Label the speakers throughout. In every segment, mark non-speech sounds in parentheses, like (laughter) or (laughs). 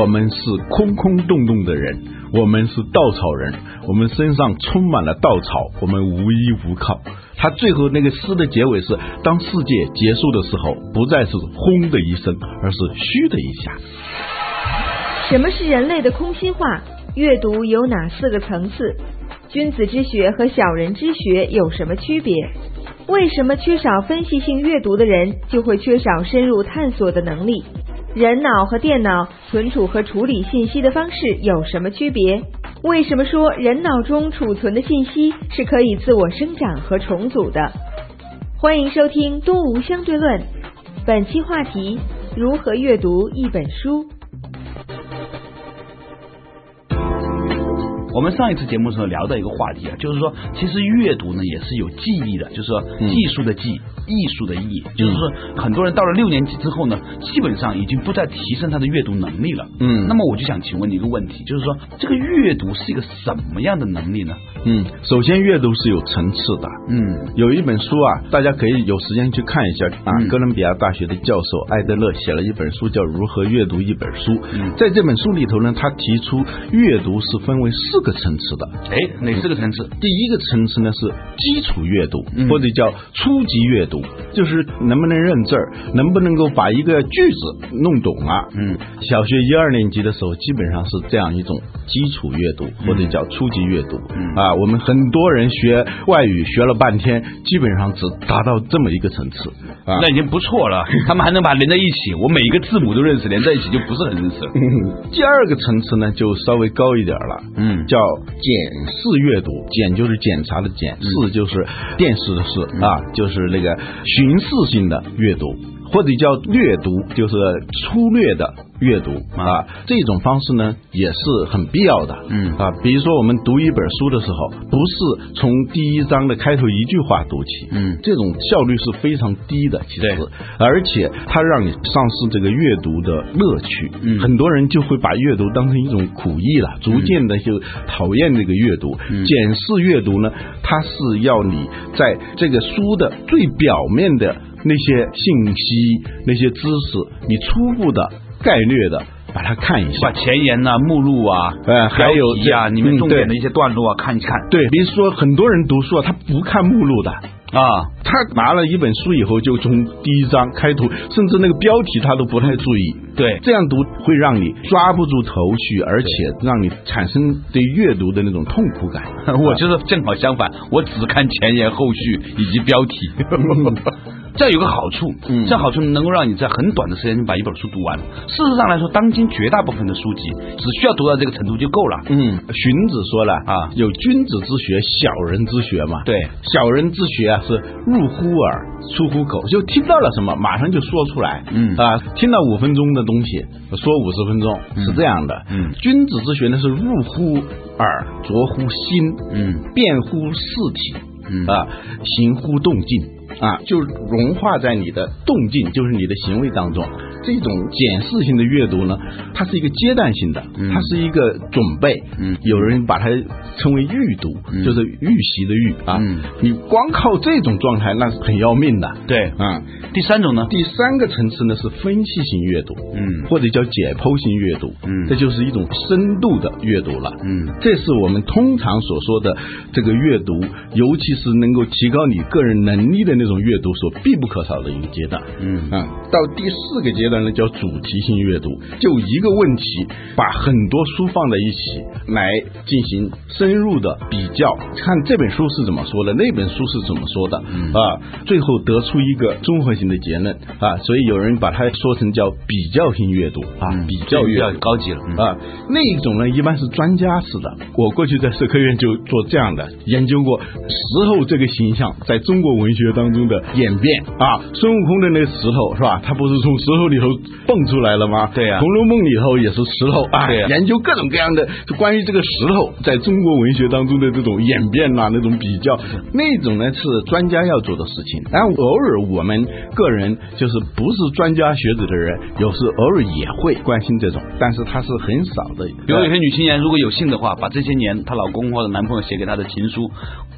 Speaker 1: 我们是空空洞洞的人，我们是稻草人，我们身上充满了稻草，我们无依无靠。他最后那个诗的结尾是：当世界结束的时候，不再是轰的一声，而是嘘的一下。
Speaker 2: 什么是人类的空心化？阅读有哪四个层次？君子之学和小人之学有什么区别？为什么缺少分析性阅读的人就会缺少深入探索的能力？人脑和电脑存储和处理信息的方式有什么区别？为什么说人脑中储存的信息是可以自我生长和重组的？欢迎收听《东吴相对论》，本期话题：如何阅读一本书。
Speaker 3: 我们上一次节目的时候聊到一个话题啊，就是说，其实阅读呢也是有记忆的，就是说
Speaker 1: 嗯
Speaker 3: 技术的技，艺术的艺，就是说很多人到了六年级之后呢，基本上已经不再提升他的阅读能力了。
Speaker 1: 嗯
Speaker 3: 那么我就想请问你一个问题，就是说这个阅读是一个什么样的能力呢？
Speaker 1: 嗯，首先阅读是有层次的。
Speaker 3: 嗯
Speaker 1: 有一本书啊，大家可以有时间去看一下啊。
Speaker 3: 嗯
Speaker 1: 哥伦比亚大学的教授艾德勒写了一本书，叫《如何阅读一本书》。
Speaker 3: 嗯
Speaker 1: 在这本书里头呢，他提出阅读是分为四个层次的。
Speaker 3: 哎，哪四个层次？
Speaker 1: 第一个层次呢是基础阅读，
Speaker 3: 嗯
Speaker 1: 或者叫初级阅读，就是能不能认字儿，能不能够把一个句子弄懂啊。
Speaker 3: 嗯，
Speaker 1: 小学一二年级的时候，基本上是这样一种基础阅读，或者叫初级阅读。
Speaker 3: 嗯
Speaker 1: 啊，我们很多人学外语学了半天，基本上只达到这么一个层次啊。
Speaker 3: 那已经不错了， (laughs) 他们还能把它连在一起，我每一个字母都认识，连在一起就不是很认识了。
Speaker 1: 第二个层次呢，就稍微高一点了，
Speaker 3: 嗯
Speaker 1: 叫检视阅读，检就是检查的检，
Speaker 3: 嗯
Speaker 1: 视就是电视的视、啊，就是那个巡视性的阅读，或者叫略读，就是粗略的阅读啊，这种方式呢也是很必要的，
Speaker 3: 嗯
Speaker 1: 啊，比如说我们读一本书的时候，不是从第一章的开头一句话读起，
Speaker 3: 嗯
Speaker 1: 这种效率是非常低的，其实
Speaker 3: 对，
Speaker 1: 而且它让你丧失这个阅读的乐趣。
Speaker 3: 嗯
Speaker 1: 很多人就会把阅读当成一种苦役了，逐渐的就讨厌这个阅读。
Speaker 3: 嗯
Speaker 1: 检视阅读呢，它是要你在这个书的最表面的那些信息、那些知识，你初步的概略的把它看一
Speaker 3: 把
Speaker 1: 下。
Speaker 3: 前言呐、目录啊，
Speaker 1: 呃还有
Speaker 3: 标题啊，
Speaker 1: 这
Speaker 3: 里面
Speaker 1: 嗯
Speaker 3: 重点的
Speaker 1: 对
Speaker 3: 一些段落啊，看一看
Speaker 1: 对，比如说很多人读书啊，他不看目录的，
Speaker 3: 啊。
Speaker 1: 他拿了一本书以后，就从第一章开头，甚至那个标题他都不太注意。
Speaker 3: 对
Speaker 1: 这样读会让你抓不住头绪，而且让你产生对阅读的那种痛苦感。
Speaker 3: (laughs) 我就是正好相反，我只看前言、后续以及标题。这样有个好处，
Speaker 1: 嗯
Speaker 3: 这好处能够让你在很短的时间把一本书读完。事实上来说，当今绝大部分的书籍只需要读到这个程度就够了。
Speaker 1: 嗯，荀子说了
Speaker 3: 啊
Speaker 1: 有君子之学，小人之学嘛。
Speaker 3: 对，
Speaker 1: 小人之学啊，是入乎耳，出乎口，就听到了什么，马上就说出来。
Speaker 3: 嗯
Speaker 1: 啊，听到五分钟的东西，说五十分钟、是这样的。
Speaker 3: 嗯
Speaker 1: 君子之学呢是入乎耳，着乎心，
Speaker 3: 嗯，
Speaker 1: 辩乎事体，
Speaker 3: 嗯
Speaker 1: 啊，行乎动静。啊，就融化在你的动静，就是你的行为当中。这种检视性的阅读呢，它是一个阶段性的，
Speaker 3: 嗯
Speaker 1: 它是一个准备。
Speaker 3: 嗯
Speaker 1: 有人把它称为预读，
Speaker 3: 嗯
Speaker 1: 就是预习的预啊。
Speaker 3: 嗯
Speaker 1: 你光靠这种状态，那是很要命的。
Speaker 3: 对，
Speaker 1: 啊、
Speaker 3: 第三种呢？
Speaker 1: 第三个层次呢是分析型阅读，
Speaker 3: 嗯
Speaker 1: 或者叫解剖型阅读，
Speaker 3: 嗯
Speaker 1: 这就是一种深度的阅读了，
Speaker 3: 嗯
Speaker 1: 这是我们通常所说的这个阅读，尤其是能够提高你个人能力的那种阅读所必不可少的一个阶段。
Speaker 3: 嗯
Speaker 1: 啊、到第四个阶段呢，叫主题性阅读，就一个问题，把很多书放在一起来进行深入的比较，看这本书是怎么说
Speaker 3: 嗯
Speaker 1: 的，那本书是怎么说的，啊，最后得出一个综合性的结论啊，所以有人把它说成叫比较性阅读啊，
Speaker 3: 嗯
Speaker 1: 比较阅
Speaker 3: 这个比
Speaker 1: 读
Speaker 3: 较。高级了。嗯
Speaker 1: 啊，那一种呢，一般是专家式的。我过去在社科院就做这样的研究过石头这个形象在中国文学当中的演变啊。孙悟空的那个石头是吧？他不是从石头里头蹦出来了吗？
Speaker 3: 对呀
Speaker 1: 红楼梦》里头也是石头啊。
Speaker 3: 对呀
Speaker 1: 研究各种各样的关于这个石头在中国文学当中的这种演变呐、那种比较，那种呢是专家要做的事情。然后偶尔我们个人就是不是专家学者的人，有时偶尔也会关心这种，但是它是很少的。
Speaker 3: 比如有些女青年如果有幸的话，把这些年她老公或者男朋友写给她的情书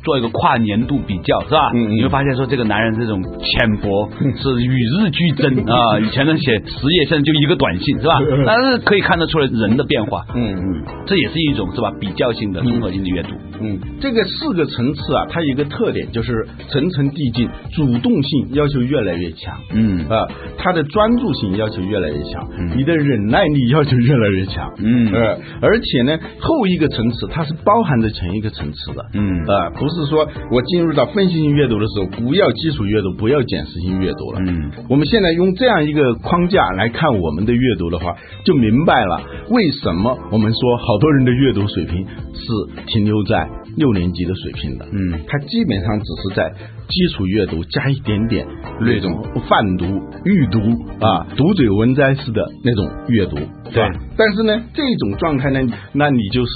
Speaker 3: 做一个跨年度比较，是吧？
Speaker 1: 嗯嗯
Speaker 3: 你会发现说这个男人这种浅薄是与日俱增 (laughs) 啊、以前呢写十页，现在就一个短信，是吧？但是可以看得出来人的变化，
Speaker 1: 嗯嗯。
Speaker 3: 这也是一种是吧比较性的综合性的阅读。
Speaker 1: 嗯，这个四个层次啊，它有一个特点就是层层递进，主动性要求越来越强。
Speaker 3: 嗯
Speaker 1: 啊、他的专注性要求越来越强，
Speaker 3: 嗯
Speaker 1: 你的忍耐力要求越来越强，
Speaker 3: 嗯
Speaker 1: 呃，而且呢，后一个层次它是包含着前一个层次的，
Speaker 3: 嗯
Speaker 1: 呃，不是说我进入到分析性阅读的时候，不要基础阅读，不要检视性阅读了，
Speaker 3: 嗯，
Speaker 1: 我们现在用这样一个框架来看我们的阅读的话，就明白了为什么我们说好多人的阅读水平是停留在六年级的水平的。
Speaker 3: 嗯，
Speaker 1: 它基本上只是在基础阅读加一点点那种泛读、预读啊、读嘴文摘式的那种阅读。
Speaker 3: 对
Speaker 1: 吧但是呢，这种状态呢，那你就是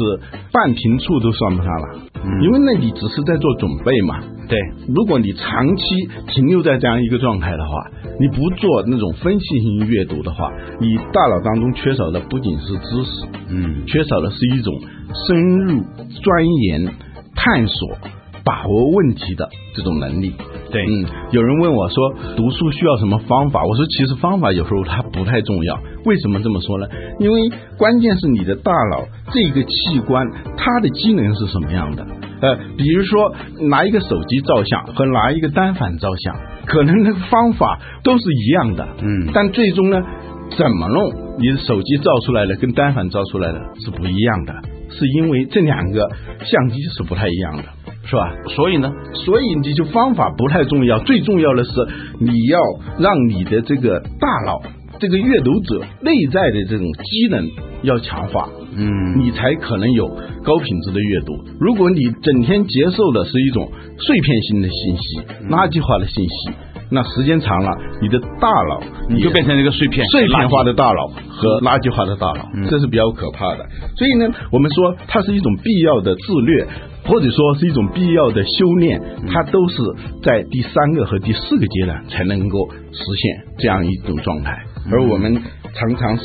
Speaker 1: 半平处都算不上了，因为那你只是在做准备嘛。
Speaker 3: 对，
Speaker 1: 如果你长期停留在这样一个状态的话，你不做那种分析性阅读的话，你大脑当中缺少的不仅是知识，
Speaker 3: 嗯
Speaker 1: 缺少的是一种深入钻研、探索、把握问题的这种能力。
Speaker 3: 对
Speaker 1: 嗯，有人问我说，读书需要什么方法？我说，其实方法有时候它不太重要。为什么这么说呢？因为关键是你的大脑这个器官它的机能是什么样的。呃，比如说拿一个手机照相和拿一个单反照相，可能那个方法都是一样的，
Speaker 3: 嗯
Speaker 1: 但最终呢，怎么弄？你的手机照出来的跟单反照出来的是不一样的，是因为这两个相机是不太一样的，是吧？
Speaker 3: 所以呢，
Speaker 1: 所以你就方法不太重要，最重要的是你要让你的这个大脑、这个阅读者内在的这种机能要强化，
Speaker 3: 嗯
Speaker 1: 你才可能有高品质的阅读。如果你整天接受的是一种碎片性的信息、
Speaker 3: 嗯
Speaker 1: 垃圾化的信息，那时间长了，你的大脑
Speaker 3: 你就
Speaker 1: 也
Speaker 3: 变成了一个碎片，
Speaker 1: 碎片化
Speaker 3: 的
Speaker 1: 的大脑和垃圾化的大脑，
Speaker 3: 嗯
Speaker 1: 这是比较可怕的。所以呢，我们说它是一种必要的自律，或者说是一种必要的修炼，
Speaker 3: 嗯
Speaker 1: 它都是在第三个和第四个阶段才能够实现这样一种状态，而我们常常是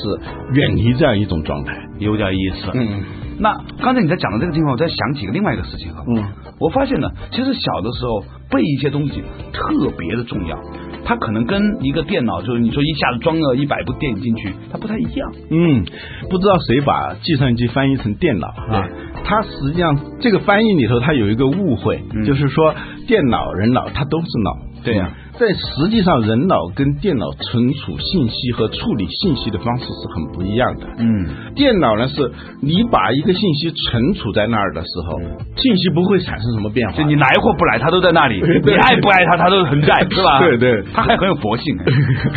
Speaker 1: 远离这样一种状态。
Speaker 3: 有点意思。
Speaker 1: 嗯
Speaker 3: 那刚才你在讲的这个地方，我在想起另外一个事情哈。
Speaker 1: 嗯，
Speaker 3: 我发现呢，其实小的时候背一些东西特别的重要，它可能跟一个电脑，就是你说一下子装了一百部电影进去，它不太一样。
Speaker 1: 嗯，不知道谁把计算机翻译成电脑啊？它实际上这个翻译里头，它有一个误会，
Speaker 3: 嗯
Speaker 1: 就是说电脑、人脑它都是脑。
Speaker 3: 对呀
Speaker 1: 嗯但实际上人脑跟电脑存储信息和处理信息的方式是很不一样的。
Speaker 3: 嗯
Speaker 1: 电脑呢，是你把一个信息存储在那儿的时候，信息不会产生什么变化
Speaker 3: 嗯就。你来或不来，它都在那里；
Speaker 1: 对
Speaker 3: 你爱不爱它，它都很在，是吧？
Speaker 1: 对对
Speaker 3: 它还很有佛性。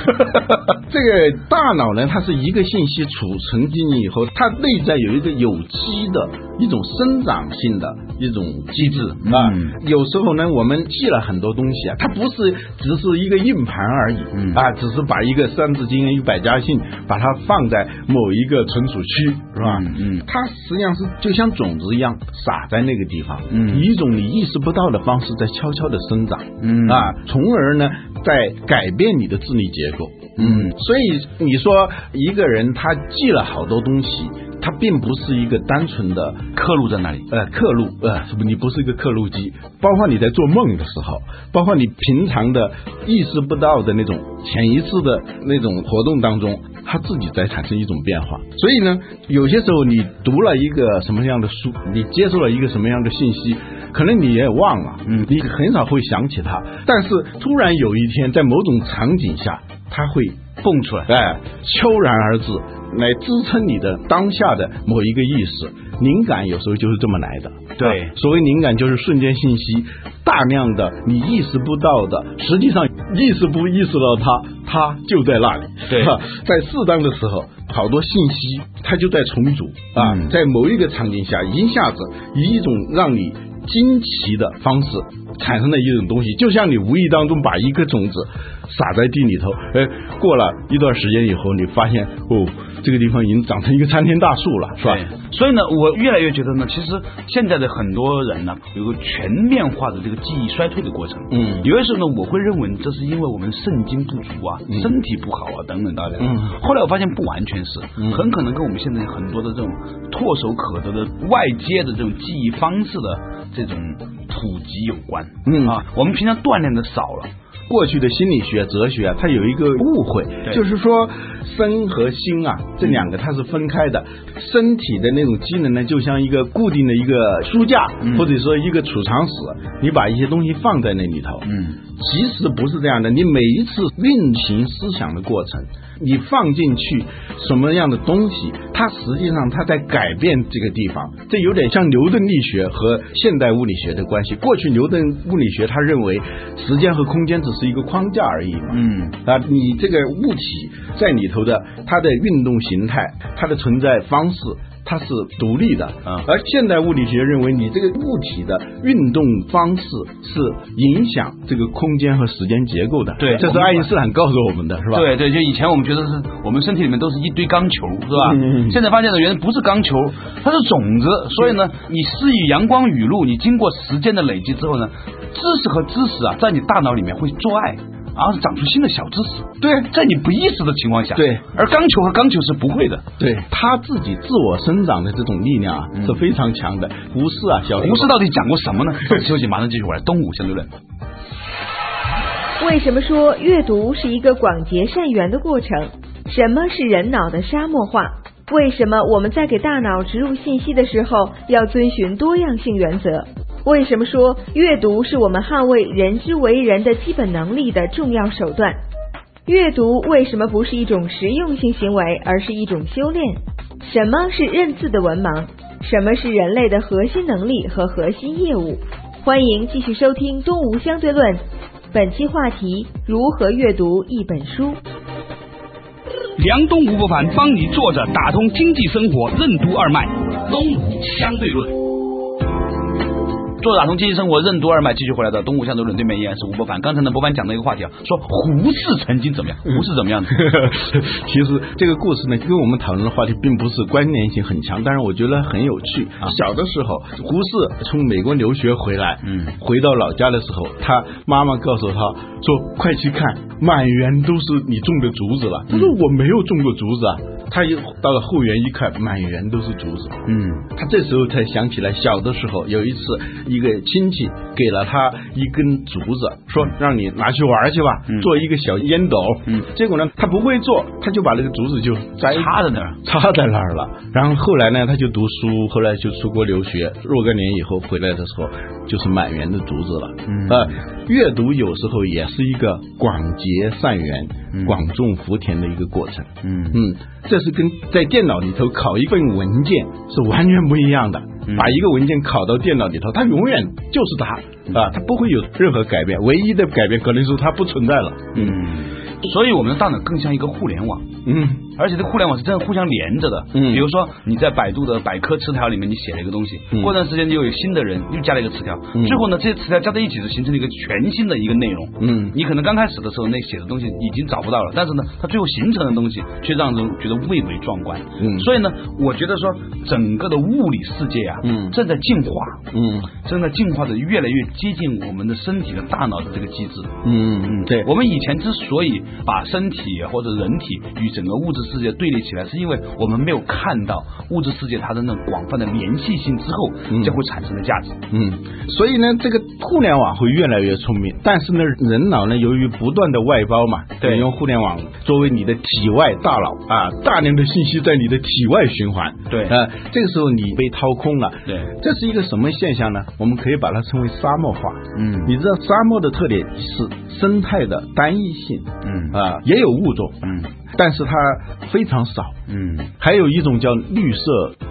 Speaker 1: (laughs) 这个大脑呢，它是一个信息储存进去以后，它内在有一个有机的一种生长性的一种机制啊。
Speaker 3: 嗯
Speaker 1: 有时候呢，我们记了很多东西啊，它不是只是一个硬盘而已、
Speaker 3: 嗯
Speaker 1: 啊，只是把一个《三字经》一百家姓把它放在某一个存储区，是吧？
Speaker 3: 嗯嗯
Speaker 1: 它实际上是就像种子一样撒在那个地方，
Speaker 3: 嗯
Speaker 1: 以一种你意识不到的方式在悄悄的生长。
Speaker 3: 嗯
Speaker 1: 啊，从而呢，在改变你的智力结构。
Speaker 3: 嗯
Speaker 1: 所以你说一个人他记了好多东西，他并不是一个单纯的
Speaker 3: 刻录在那里。
Speaker 1: 呃刻录，呃，是不你不是一个刻录机，包括你在做梦的时候，包括你平常的意识不到的那种潜意识的那种活动当中，它自己在产生一种变化。所以呢，有些时候你读了一个什么样的书，你接受了一个什么样的信息，可能你也忘了，
Speaker 3: 嗯
Speaker 1: 你很少会想起它，但是突然有一天在某种场景下，它会
Speaker 3: 蹦出来。
Speaker 1: 哎，悄然而至，来支撑你的当下的某一个意识。灵感有时候就是这么来的。
Speaker 3: 对
Speaker 1: 所谓灵感就是瞬间信息，大量的你意识不到的，实际上意识不意识到它，它就在那里。
Speaker 3: 对
Speaker 1: (laughs) 在适当的时候，好多信息它就在重组啊，
Speaker 3: 嗯
Speaker 1: 在某一个场景下，一下子以一种让你惊奇的方式产生了一种东西，就像你无意当中把一颗种子撒在地里头，哎，过了一段时间以后，你发现哦，这个地方已经长成一个参天大树了，是吧？
Speaker 3: 对？所以呢，我越来越觉得呢，其实现在的很多人呢，有个全面化的这个记忆衰退的过程。
Speaker 1: 嗯
Speaker 3: 有些时候呢，我会认为这是因为我们肾精不足啊，
Speaker 1: 嗯
Speaker 3: 身体不好啊，等等等等。
Speaker 1: 嗯
Speaker 3: 后来我发现不完全是，
Speaker 1: 嗯
Speaker 3: 很可能跟我们现在很多的这种唾手可得的外界的这种记忆方式的这种普及有关。
Speaker 1: 嗯
Speaker 3: 啊，我们平常锻炼的少了。
Speaker 1: 过去的心理学、哲学啊，它有一个误会，
Speaker 3: 对
Speaker 1: 就是说身和心啊这两个它是分开的。身体的那种机能呢，就像一个固定的一个书架，
Speaker 3: 嗯
Speaker 1: 或者说一个储藏室，你把一些东西放在那里头。
Speaker 3: 嗯
Speaker 1: 其实不是这样的，你每一次运行思想的过程，你放进去什么样的东西，它实际上它在改变这个地方。这有点像牛顿力学和现代物理学的关系。过去牛顿物理学他认为时间和空间只是一个框架而已嘛，
Speaker 3: 嗯。
Speaker 1: 啊，你这个物体在里头的它的运动形态、它的存在方式，它是独立的。
Speaker 3: 啊
Speaker 1: 而现代物理学认为，你这个物体的运动方式是影响这个空间和时间结构的。
Speaker 3: 对
Speaker 1: 这
Speaker 3: 我
Speaker 1: 是
Speaker 3: 明白
Speaker 1: 爱因斯坦告诉我们的，是吧？。
Speaker 3: 对对，就以前我们觉得是我们身体里面都是一堆钢球，是吧？
Speaker 1: 嗯
Speaker 3: 现在发现了，原来不是钢球，它是种子。所以呢，你施以阳光雨露，你经过时间的累积之后呢，知识和知识啊，在你大脑里面会做爱。然后长出新的小知识，对，在你不意识的情况下，
Speaker 1: 对，
Speaker 3: 而钢球和钢球是不会的，
Speaker 1: 对他自己自我生长的这种力量啊、
Speaker 3: 嗯
Speaker 1: 是非常强的。胡适啊，小
Speaker 3: 胡适到底讲过什么
Speaker 1: (laughs)
Speaker 3: 呢？稍事休息，马上继续回来。东吴相对论，
Speaker 2: 为什么说阅读是一个广结善缘的过程？什么是人脑的沙漠化？为什么我们在给大脑植入信息的时候要遵循多样性原则？为什么说阅读是我们捍卫人之为人的基本能力的重要手段？阅读为什么不是一种实用性行为，而是一种修炼？什么是认字的文盲？什么是人类的核心能力和核心业务？欢迎继续收听《东吴相对论》，本期话题：如何阅读一本书？
Speaker 4: 梁东吴不凡帮你坐着打通经济生活任督二脉，东吴相对论。
Speaker 3: 做打通经济生活任督二脉，继续回来的东吴相对论对面依然是吴伯凡。刚才呢，伯凡讲到一个话题啊，说胡适曾经怎么样？
Speaker 4: 嗯
Speaker 3: 胡适怎么样的？
Speaker 1: (laughs) 其实这个故事呢，跟我们讨论的话题并不是关联性很强，但是我觉得很有趣。
Speaker 3: 啊
Speaker 1: 小的时候，胡适从美国留学回来，
Speaker 3: 嗯
Speaker 1: 回到老家的时候，他妈妈告诉他说：“快去看，满园都是你种的竹子了。”他
Speaker 3: 嗯
Speaker 1: 说：“我没有种过竹子啊。”他一到了后园一看，满园都是竹子。
Speaker 3: 嗯，
Speaker 1: 他这时候才想起来，小的时候有一次，一个亲戚给了他一根竹子，说让你拿去玩去吧，
Speaker 3: 嗯
Speaker 1: 做一个小烟斗。
Speaker 3: 嗯，
Speaker 1: 结果呢，他不会做，他就把那个竹子就摘
Speaker 3: 插在那儿。
Speaker 1: 插在那儿了。然后后来呢，他就读书，后来就出国留学，若干年以后回来的时候，就是满园的竹子了。
Speaker 3: 嗯
Speaker 1: 呃，阅读有时候也是一个广结善缘、
Speaker 3: 嗯
Speaker 1: 广种福田的一个过程。
Speaker 3: 嗯
Speaker 1: 嗯，这是跟在电脑里头拷一份文件是完全不一样的。
Speaker 3: 嗯
Speaker 1: 把一个文件拷到电脑里头，它永远嗯就是它啊，它不会有任何改变，唯一的改变可能是它不存在了。
Speaker 3: 嗯，所以我们的大脑更像一个互联网，
Speaker 1: 嗯
Speaker 3: 而且这互联网是真的互相连着的。
Speaker 1: 嗯
Speaker 3: 比如说你在百度的百科词条里面你写了一个东西，
Speaker 1: 嗯
Speaker 3: 过段时间又有新的人又加了一个词条，
Speaker 1: 嗯
Speaker 3: 最后呢这些词条加在一起就形成了一个全新的一个内容。
Speaker 1: 嗯
Speaker 3: 你可能刚开始的时候，那写的东西已经找不到了，但是呢，它最后形成的东西却让人觉得蔚为壮观。
Speaker 1: 嗯
Speaker 3: 所以呢，我觉得说整个的物理世界啊，
Speaker 1: 嗯
Speaker 3: 正在进化，
Speaker 1: 嗯
Speaker 3: 正在进化的越来越接近我们的身体的大脑的这个机制。
Speaker 1: 嗯嗯，对，
Speaker 3: 我们以前之所以把身体或者人体与整个物质世界对立起来，是因为我们没有看到物质世界它的那种广泛的联系性之后
Speaker 1: 嗯
Speaker 3: 将会产生的价值。
Speaker 1: 嗯，所以呢，这个互联网会越来越聪明，但是呢，人脑呢，由于不断的外包嘛，
Speaker 3: 对
Speaker 1: 你用互联网作为你的体外大脑啊，大量的信息在你的体外循环，
Speaker 3: 对
Speaker 1: 啊、这个时候你被掏空了，
Speaker 3: 对
Speaker 1: 这是一个什么现象呢？我们可以把它称为沙漠化。
Speaker 3: 嗯
Speaker 1: 你知道沙漠的特点是生态的单一性，
Speaker 3: 嗯
Speaker 1: 啊、也有物种，
Speaker 3: 嗯
Speaker 1: 但是它非常少，
Speaker 3: 嗯，
Speaker 1: 还有一种叫绿色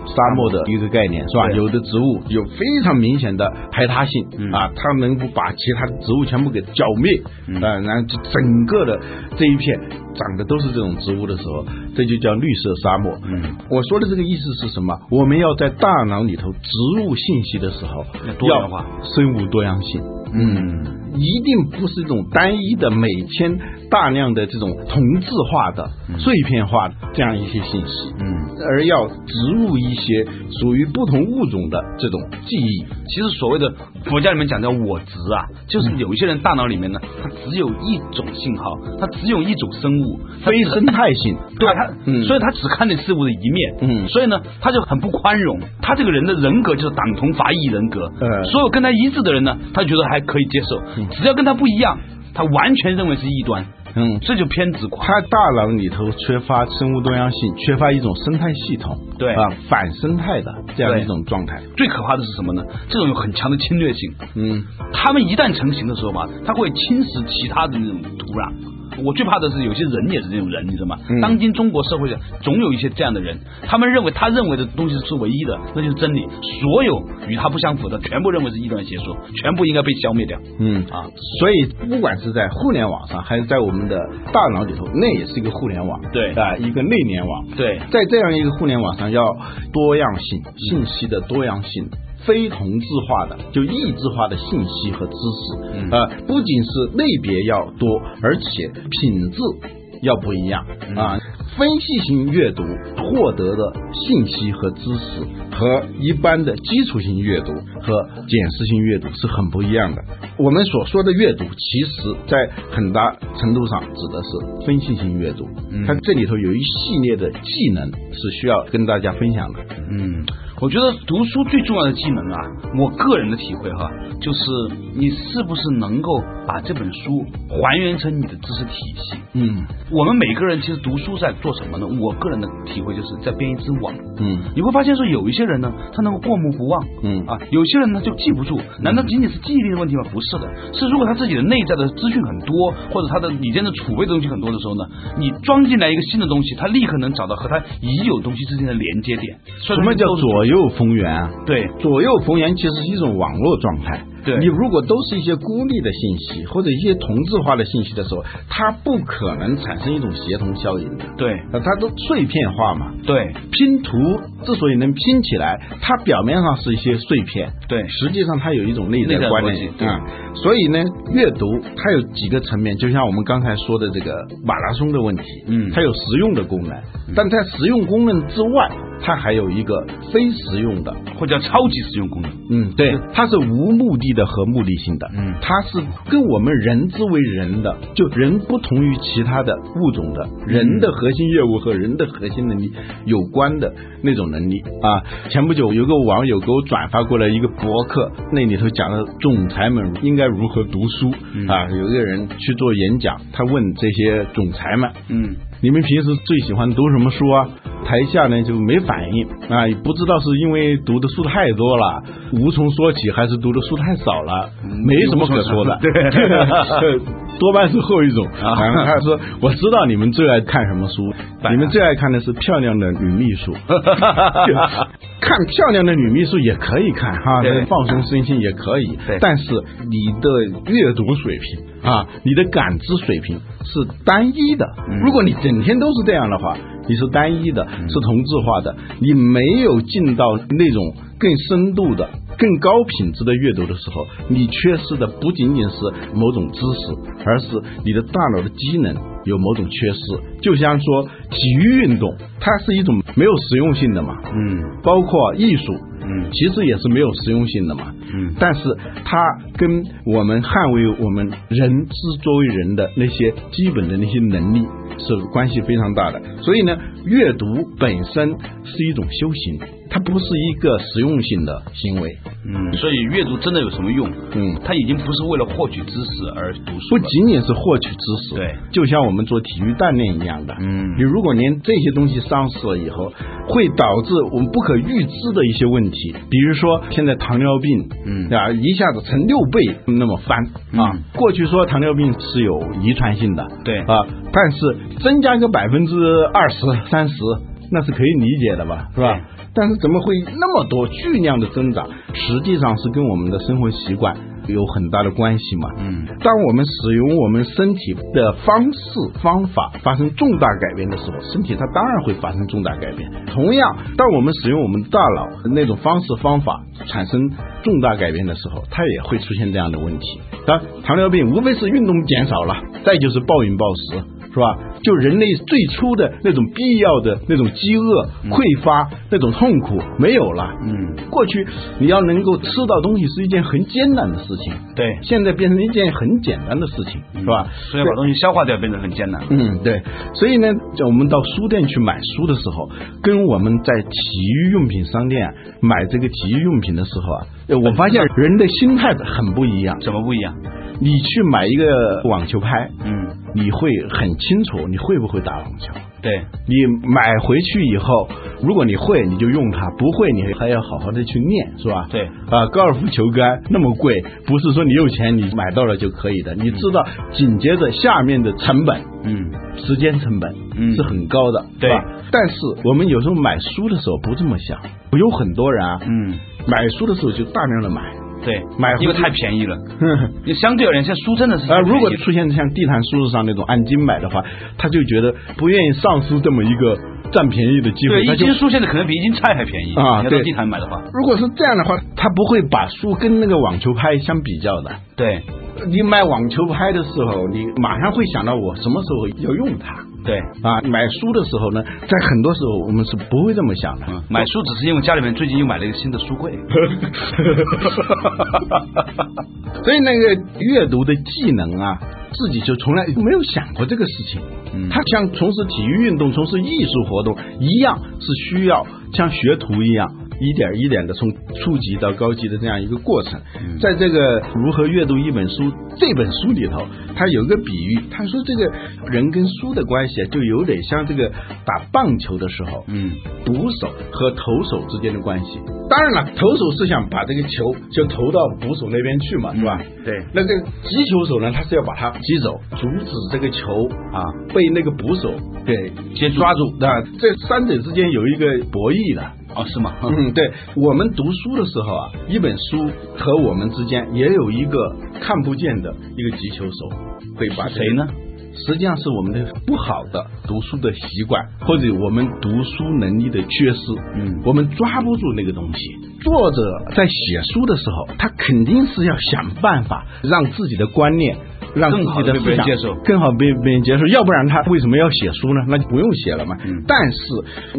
Speaker 1: 沙漠的一个概念，是吧？
Speaker 3: 对
Speaker 1: 有的植物有非常明显的排他性、
Speaker 3: 嗯
Speaker 1: 啊，它能够把其他的植物全部给剿灭，
Speaker 3: 嗯
Speaker 1: 啊，然后就整个的这一片长的都是这种植物的时候，这就叫绿色沙漠。
Speaker 3: 嗯，
Speaker 1: 我说的这个意思是什么？我们要在大脑里头植入信息的时候
Speaker 3: 要，多元化
Speaker 1: 要生物多样性。
Speaker 3: 嗯。
Speaker 1: 一定不是一种单一的每天大量的这种同质化的、碎片化的这样一些信息，
Speaker 3: 嗯，
Speaker 1: 而要植入一些属于不同物种的这种记忆。
Speaker 3: 其实所谓的佛家里面讲叫我执啊，
Speaker 1: 嗯
Speaker 3: 就是有一些人大脑里面呢，他只有一种信号，他只有一种生物，他
Speaker 1: 非
Speaker 3: 只
Speaker 1: 生态性，
Speaker 3: 对吧？他，
Speaker 1: 嗯
Speaker 3: 所以他只看见事物的一面，
Speaker 1: 嗯
Speaker 3: 所以呢，他就很不宽容。他这个人的人格就是党同伐异人格，
Speaker 1: 嗯
Speaker 3: 所有跟他一致的人呢，他觉得还可以接受，只要跟他不一样，他完全认为是异端，
Speaker 1: 嗯，
Speaker 3: 这就偏执狂。
Speaker 1: 它大脑里头缺乏生物多样性，缺乏一种生态系统，
Speaker 3: 对
Speaker 1: 啊，反生态的这样
Speaker 3: 对
Speaker 1: 一种状态。
Speaker 3: 最可怕的是什么呢？这种有很强的侵略性，
Speaker 1: 嗯
Speaker 3: 他们一旦成型的时候吧，它会侵蚀其他的那种土壤。我最怕的是有些人也是这种人，你知道吗？
Speaker 1: 嗯
Speaker 3: 当今中国社会上总有一些这样的人，他们认为他认为的东西是唯一的，那就是真理。所有与他不相符的，全部认为是异端邪说，全部应该被消灭掉。
Speaker 1: 嗯
Speaker 3: 啊，
Speaker 1: 所以不管是在互联网上，还是在我们的大脑里头，那也是一个互联网，
Speaker 3: 对
Speaker 1: 啊、一个内联网。
Speaker 3: 对，
Speaker 1: 在这样一个互联网上，要多样性，信息的多样性。非同质化的，就异质化的信息和知识，
Speaker 3: 嗯
Speaker 1: 呃，不仅是类别要多，而且品质要不一样啊、分析型阅读获得的信息和知识，和一般的基础性阅读和检视性阅读是很不一样的。我们所说的阅读，其实在很大程度上指的是分析型阅读，
Speaker 3: 嗯
Speaker 1: 它这里头有一系列的技能是需要跟大家分享的。
Speaker 3: 嗯，我觉得读书最重要的技能啊，我个人的体会哈，就是你是不是能够把这本书还原成你的知识体系。
Speaker 1: 嗯
Speaker 3: 我们每个人其实读书在做什么呢？我个人的体会就是在编一只网。
Speaker 1: 嗯
Speaker 3: 你会发现说有一些人呢，他能够过目不忘，
Speaker 1: 嗯
Speaker 3: 啊，有些人呢就记不住，难道仅仅是记忆力的问题吗？不是的，是如果他自己的内在的资讯很多，或者他的里间的储备的东西很多的时候呢，你装进来一个新的东西，他立刻能找到和他已有东西之间的连接点。所以
Speaker 1: 什么叫
Speaker 3: 都是
Speaker 1: 左右逢源啊？
Speaker 3: 对？
Speaker 1: 左右逢源其实是一种网络状态。
Speaker 3: 对
Speaker 1: 你如果都是一些孤立的信息或者一些同质化的信息的时候，它不可能产生一种协同效应的。
Speaker 3: 对
Speaker 1: 呃它都碎片化嘛。
Speaker 3: 对
Speaker 1: 拼图之所以能拼起来，它表面上是一些碎片，
Speaker 3: 对
Speaker 1: 实际上它有一种内
Speaker 3: 内在
Speaker 1: 在关
Speaker 3: 逻
Speaker 1: 联
Speaker 3: 辑
Speaker 1: 啊、所以呢，阅读它有几个层面，就像我们刚才说的这个马拉松的问题，
Speaker 3: 嗯
Speaker 1: 它有实用的功能，但在实用功能之外，它还有一个非实用的，
Speaker 3: 或者叫超级实用功能。
Speaker 1: 嗯，对，它是无目的的和目的性的，
Speaker 3: 嗯
Speaker 1: 它是跟我们人之为人的，就人不同于其他的物种的，人的核心业务和人的核心能力有关的那种能力啊。前不久有个网友给我转发过来一个博客，那里头讲了总裁们应该如何读书、
Speaker 3: 嗯
Speaker 1: 啊。有一个人去做演讲，他问这些总裁们，
Speaker 3: 嗯
Speaker 1: 你们平时最喜欢读什么书啊？台下呢就没反应啊，也不知道是因为读的书太多了，无从说起，还是读的书太少了，
Speaker 3: 嗯
Speaker 1: 没什么可说的。对， (laughs) 多半是后一
Speaker 3: (laughs)
Speaker 1: 种。
Speaker 3: 啊
Speaker 1: 然后他说：“我知道你们
Speaker 3: (laughs)
Speaker 1: 最爱看什么书，你们最爱看的是漂亮的女秘书。”看看漂亮的女秘书也可以看哈，
Speaker 3: 对
Speaker 1: 放松身心也可以
Speaker 3: 对，
Speaker 1: 但是你的阅读水平啊，你的感知水平是单一的。如果你整天都是这样的话，你是单一的，是同质化的，你没有进到那种更深度的。更高品质的阅读的时候，你缺失的不仅仅是某种知识，而是你的大脑的机能有某种缺失。就像说体育运动，它是一种没有实用性的嘛，
Speaker 3: 嗯
Speaker 1: 包括艺术，
Speaker 3: 嗯
Speaker 1: 其实也是没有实用性的嘛。
Speaker 3: 嗯
Speaker 1: 但是它跟我们捍卫我们人之作为人的那些基本的那些能力是关系非常大的。所以呢，阅读本身是一种修行，它不是一个实用性的行为。
Speaker 3: 嗯，所以阅读真的有什么用？
Speaker 1: 嗯，
Speaker 3: 它已经不是为了获取知识而读书
Speaker 1: 不
Speaker 3: 了。
Speaker 1: 仅仅是获取知识，
Speaker 3: 对，
Speaker 1: 就像我们做体育锻炼一样的，
Speaker 3: 嗯
Speaker 1: 你如果连这些东西丧失了以后，会导致我们不可预知的一些问题，比如说现在糖尿病，
Speaker 3: 嗯
Speaker 1: 啊，一下子成六倍那么翻啊
Speaker 3: 嗯。
Speaker 1: 过去说糖尿病是有遗传性的，
Speaker 3: 对
Speaker 1: 啊，但是增加个百分之二十、三十，那是可以理解的吧，是吧
Speaker 3: 对？
Speaker 1: 但是怎么会那么多巨量的增长？实际上是跟我们的生活习惯有很大的关系嘛。
Speaker 3: 嗯
Speaker 1: 当我们使用我们身体的方式方法发生重大改变的时候，身体它当然会发生重大改变。同样，当我们使用我们大脑那种方式方法产生重大改变的时候，它也会出现这样的问题。当然，糖尿病无非是运动减少了，再就是暴饮暴食。是吧？就人类最初的那种必要的那种饥饿、匮乏、那种痛苦没有了。
Speaker 3: 嗯，
Speaker 1: 过去你要能够吃到东西是一件很艰难的事情，
Speaker 3: 对，
Speaker 1: 现在变成一件很简单的事情，
Speaker 3: 嗯
Speaker 1: 是吧？
Speaker 3: 所以把东西消化掉变得很艰难。
Speaker 1: 嗯，对，所以呢，在我们到书店去买书的时候，跟我们在体育用品商店买这个体育用品的时候啊，呃我发现人的心态很不一样。
Speaker 3: 怎么不一样？
Speaker 1: 你去买一个网球拍，
Speaker 3: 嗯，
Speaker 1: 你会很清楚你会不会打网球。
Speaker 3: 对，
Speaker 1: 你买回去以后，如果你会，你就用它；不会，你还要好好的去练，是吧？
Speaker 3: 对
Speaker 1: 啊，高尔夫球杆那么贵，不是说你有钱你买到了就可以的，你知道紧接着下面的成本。
Speaker 3: 嗯
Speaker 1: 时间成本
Speaker 3: 嗯
Speaker 1: 是很高的，
Speaker 3: 对
Speaker 1: 是吧？但是我们有时候买书的时候不这么想，有很多人啊，
Speaker 3: 嗯，
Speaker 1: 买书的时候就大量的买， (laughs)
Speaker 3: 对，
Speaker 1: 买回去
Speaker 3: 因为太便宜了。你相对而言，现在书真的是
Speaker 1: 啊，
Speaker 3: 太便宜
Speaker 1: 如果出现像地毯书上那种按斤买的话，他就觉得不愿意丧失这么一个占便宜的机
Speaker 3: 对
Speaker 1: 会，他
Speaker 3: 一
Speaker 1: 就
Speaker 3: 斤书现在可能比一斤菜还便宜
Speaker 1: 啊
Speaker 3: 你要到
Speaker 1: 对
Speaker 3: 地摊买的话，
Speaker 1: 如果是这样的话，他不会把书跟那个网球拍相比较的。
Speaker 3: 对
Speaker 1: 你买网球拍的时候，你马上会想到我什么时候要用它。
Speaker 3: 对，
Speaker 1: 啊，买书的时候呢，在很多时候我们是不会这么想的。
Speaker 3: 嗯，买书只是因为家里面最近又买了一个新的书柜。
Speaker 1: 所以那个阅读的技能啊，自己就从来没有想过这个事情。
Speaker 3: 嗯
Speaker 1: 他像从事体育运动、从事艺术活动一样，是需要像学徒一样。一点一点的从初级到高级的这样一个过程，
Speaker 3: 嗯
Speaker 1: 在这个如何阅读一本书这本书里头，他有一个比喻，他说这个人跟书的关系啊就有点像这个打棒球的时候，
Speaker 3: 嗯
Speaker 1: 捕手和投手之间的关系。当然了，投手是想把这个球就投到捕手那边去嘛，是吧？
Speaker 3: 对。
Speaker 1: 那这个击球手呢，他是要把它击走，阻止这个球
Speaker 3: 啊
Speaker 1: 被那个捕手给
Speaker 3: 接
Speaker 1: 抓住。那这三者之间有一个博弈的。
Speaker 3: 哦是吗？ (laughs)
Speaker 1: 嗯，对，我们读书的时候啊，一本书和我们之间也有一个看不见的一个击球手，会把这个
Speaker 3: 谁呢？
Speaker 1: 实际上是我们的不好的读书的习惯，或者我们读书能力的缺失。
Speaker 3: 嗯
Speaker 1: 我们抓不住那个东西。作者在写书的时候，他肯定是要想办法让自己的观念。让自己
Speaker 3: 更
Speaker 1: 的思
Speaker 3: 好地被
Speaker 1: 想
Speaker 3: 别人接受
Speaker 1: 更好被别人接受，要不然他为什么要写书呢？那就不用写了嘛。
Speaker 3: 嗯
Speaker 1: 但是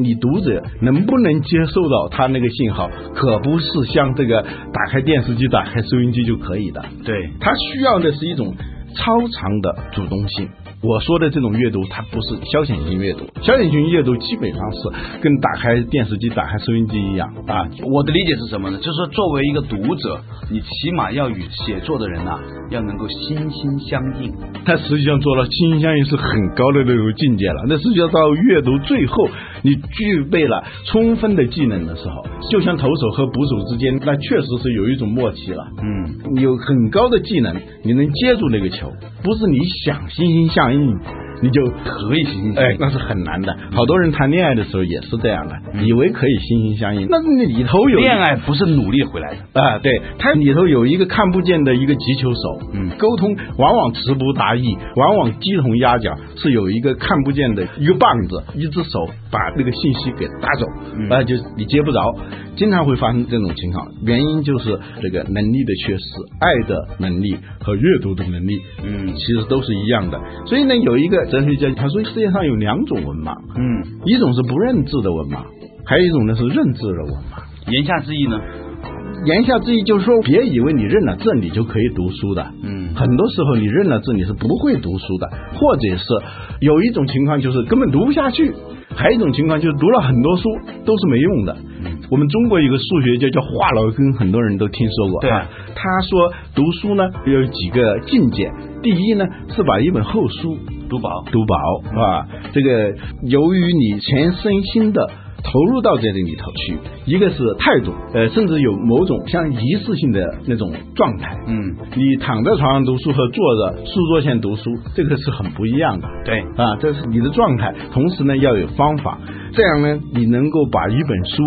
Speaker 1: 你读者能不能接受到他那个信号，可不是像这个打开电视机、打开收音机就可以的。
Speaker 3: 对，
Speaker 1: 它需要的是一种超长的主动性。我说的这种阅读，它不是消遣性阅读，消遣性阅读基本上是跟打开电视机、打开收音机一样啊。
Speaker 3: 我的理解是什么呢？就是说，作为一个读者，你起码要与写作的人呐、要能够心心相印。
Speaker 1: 它实际上做到心心相印是很高的那种境界了。那实际上到阅读最后，你具备了充分的技能的时候，就像投手和捕手之间，那确实是有一种默契了。
Speaker 3: 嗯，
Speaker 1: 你有很高的技能，你能接住那个球，不是你想心心相印，你就
Speaker 3: 可以行
Speaker 1: 哎，那是很难的。好多人谈恋爱的时候也是这样的，以为可以心心相印，那那里头有
Speaker 3: 恋爱不是努力回来的，
Speaker 1: 啊，对，它里头有一个看不见的一个击球手，
Speaker 3: 嗯
Speaker 1: 沟通往往词不达意，往往鸡同鸭讲，是有一个看不见的一个棒子，一只手把那个信息给打走，
Speaker 3: 嗯
Speaker 1: 啊，就是你接不着，经常会发生这种情况，原因就是这个能力的缺失，爱的能力和阅读的能力，
Speaker 3: 嗯
Speaker 1: 其实都是一样的。所以呢，有一个哲学家他说，世界上有两种文盲，
Speaker 3: 嗯，
Speaker 1: 一种是不认字的文盲，还有一种呢是认字的文盲。
Speaker 3: 言下之意呢，
Speaker 1: 言下之意就是说，别以为你认了字你就可以读书的。
Speaker 3: 嗯
Speaker 1: 很多时候你认了字你是不会读书的，或者是有一种情况就是根本读不下去，还有一种情况就是读了很多书都是没用的。我们中国有个数学家叫华老根，很多人都听说过。
Speaker 3: 对
Speaker 1: 啊，他说读书呢有几个境界，第一呢是把一本厚书
Speaker 3: 读饱，
Speaker 1: 读薄啊，这个由于你全身心的投入到这个里头去，一个是态度，呃，甚至有某种像仪式性的那种状态。
Speaker 3: 嗯，
Speaker 1: 你躺在床上读书和坐着书桌前读书，这个是很不一样的。
Speaker 3: 对，
Speaker 1: 啊，这是你的状态。同时呢，要有方法，这样呢，你能够把一本书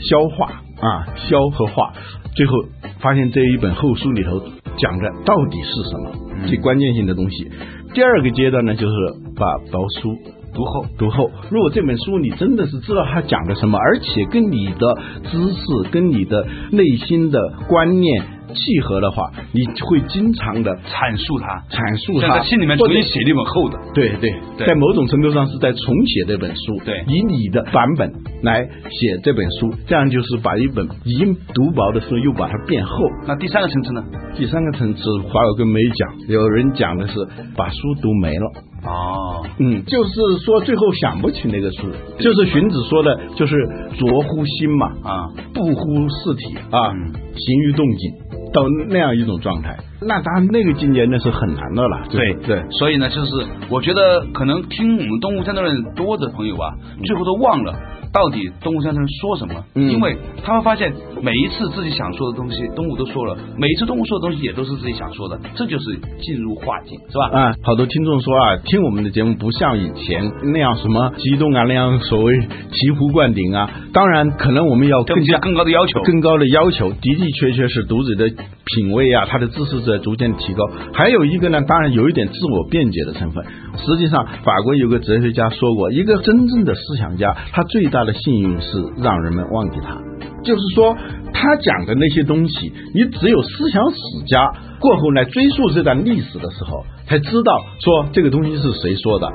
Speaker 1: 消化啊，消和化，最后发现这一本厚书里头讲的到底是什
Speaker 3: 嗯
Speaker 1: 么最关键性的东西。第二个阶段呢，就是把薄书。读后，读后。如果这本书你真的是知道它讲的什么，而且跟你的知识、跟你的内心的观念契合的话，你会经常的
Speaker 3: 阐述它，
Speaker 1: 阐述
Speaker 3: 像
Speaker 1: 它，
Speaker 3: 在信里面
Speaker 1: 或
Speaker 3: 重
Speaker 1: 者
Speaker 3: 新写了一本厚的，
Speaker 1: 对对，
Speaker 3: 对
Speaker 1: 在某种程度上是在重写这本书，
Speaker 3: 对
Speaker 1: 以你的版本来写这本书，这样就是把一本已经读薄的书又把它变厚。
Speaker 3: 那第三个层次呢？
Speaker 1: 第三个层次，华有根没讲，有人讲的是把书读没了，
Speaker 3: 哦，
Speaker 1: 嗯，就是说最后想不起那个书，就是荀子说的，就是浊乎心嘛，
Speaker 3: 啊，
Speaker 1: 不乎事体啊
Speaker 3: 嗯，
Speaker 1: 行于动静，到那样一种状态，那当然那个境界那是很难的了，
Speaker 3: 对
Speaker 1: 对。
Speaker 3: 所以呢，就是我觉得可能听我们东湖山的人多的朋友啊，最后都忘了到底东湖山的人说什么，
Speaker 1: 嗯
Speaker 3: 因为他们发现每一次自己想说的东西，东湖都说了，每一次东湖说的东西也都是自己想说的，这就是进入话题，是吧？
Speaker 1: 啊，好多听众说啊，听我们的节目不像以前那样什么激动啊，那样所谓醍醐灌顶啊。当然，可能我们要更
Speaker 3: 更
Speaker 1: 加
Speaker 3: 加更高的要求，
Speaker 1: 更高的要求，的的确确是读者的品味啊，他的知识在逐渐提高。还有一个呢，当然有一点自我辩解的成分。实际上，法国有个哲学家说过，一个真正的思想家，他最大的幸运是让人们忘记他。就是说，他讲的那些东西，你只有思想史家过后来追溯这段历史的时候，才知道说这个东西是谁说的。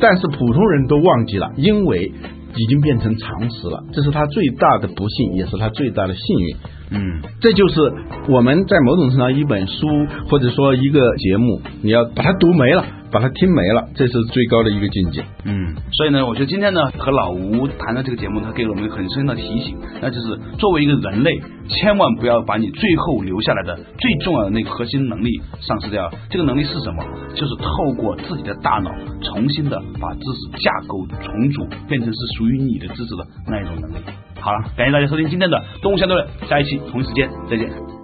Speaker 1: 但是普通人都忘记了，因为已经变成常识了，这是他最大的不幸，也是他最大的幸运。
Speaker 3: 嗯，
Speaker 1: 这就是我们在某种程度上，一本书或者说一个节目，你要把它读没了，把它听没了，这是最高的一个境界。
Speaker 3: 嗯，所以呢，我觉得今天呢和老吴谈的这个节目，他给了我们一个很深的提醒，那就是作为一个人类，千万不要把你最后留下来的最重要的那个核心能力丧失掉。这个能力是什么？就是透过自己的大脑，重新的把知识架构重组，变成是属于你的知识的那一种能力。好了，感谢大家收听今天的《动物相对论》，下一期同一时间再见。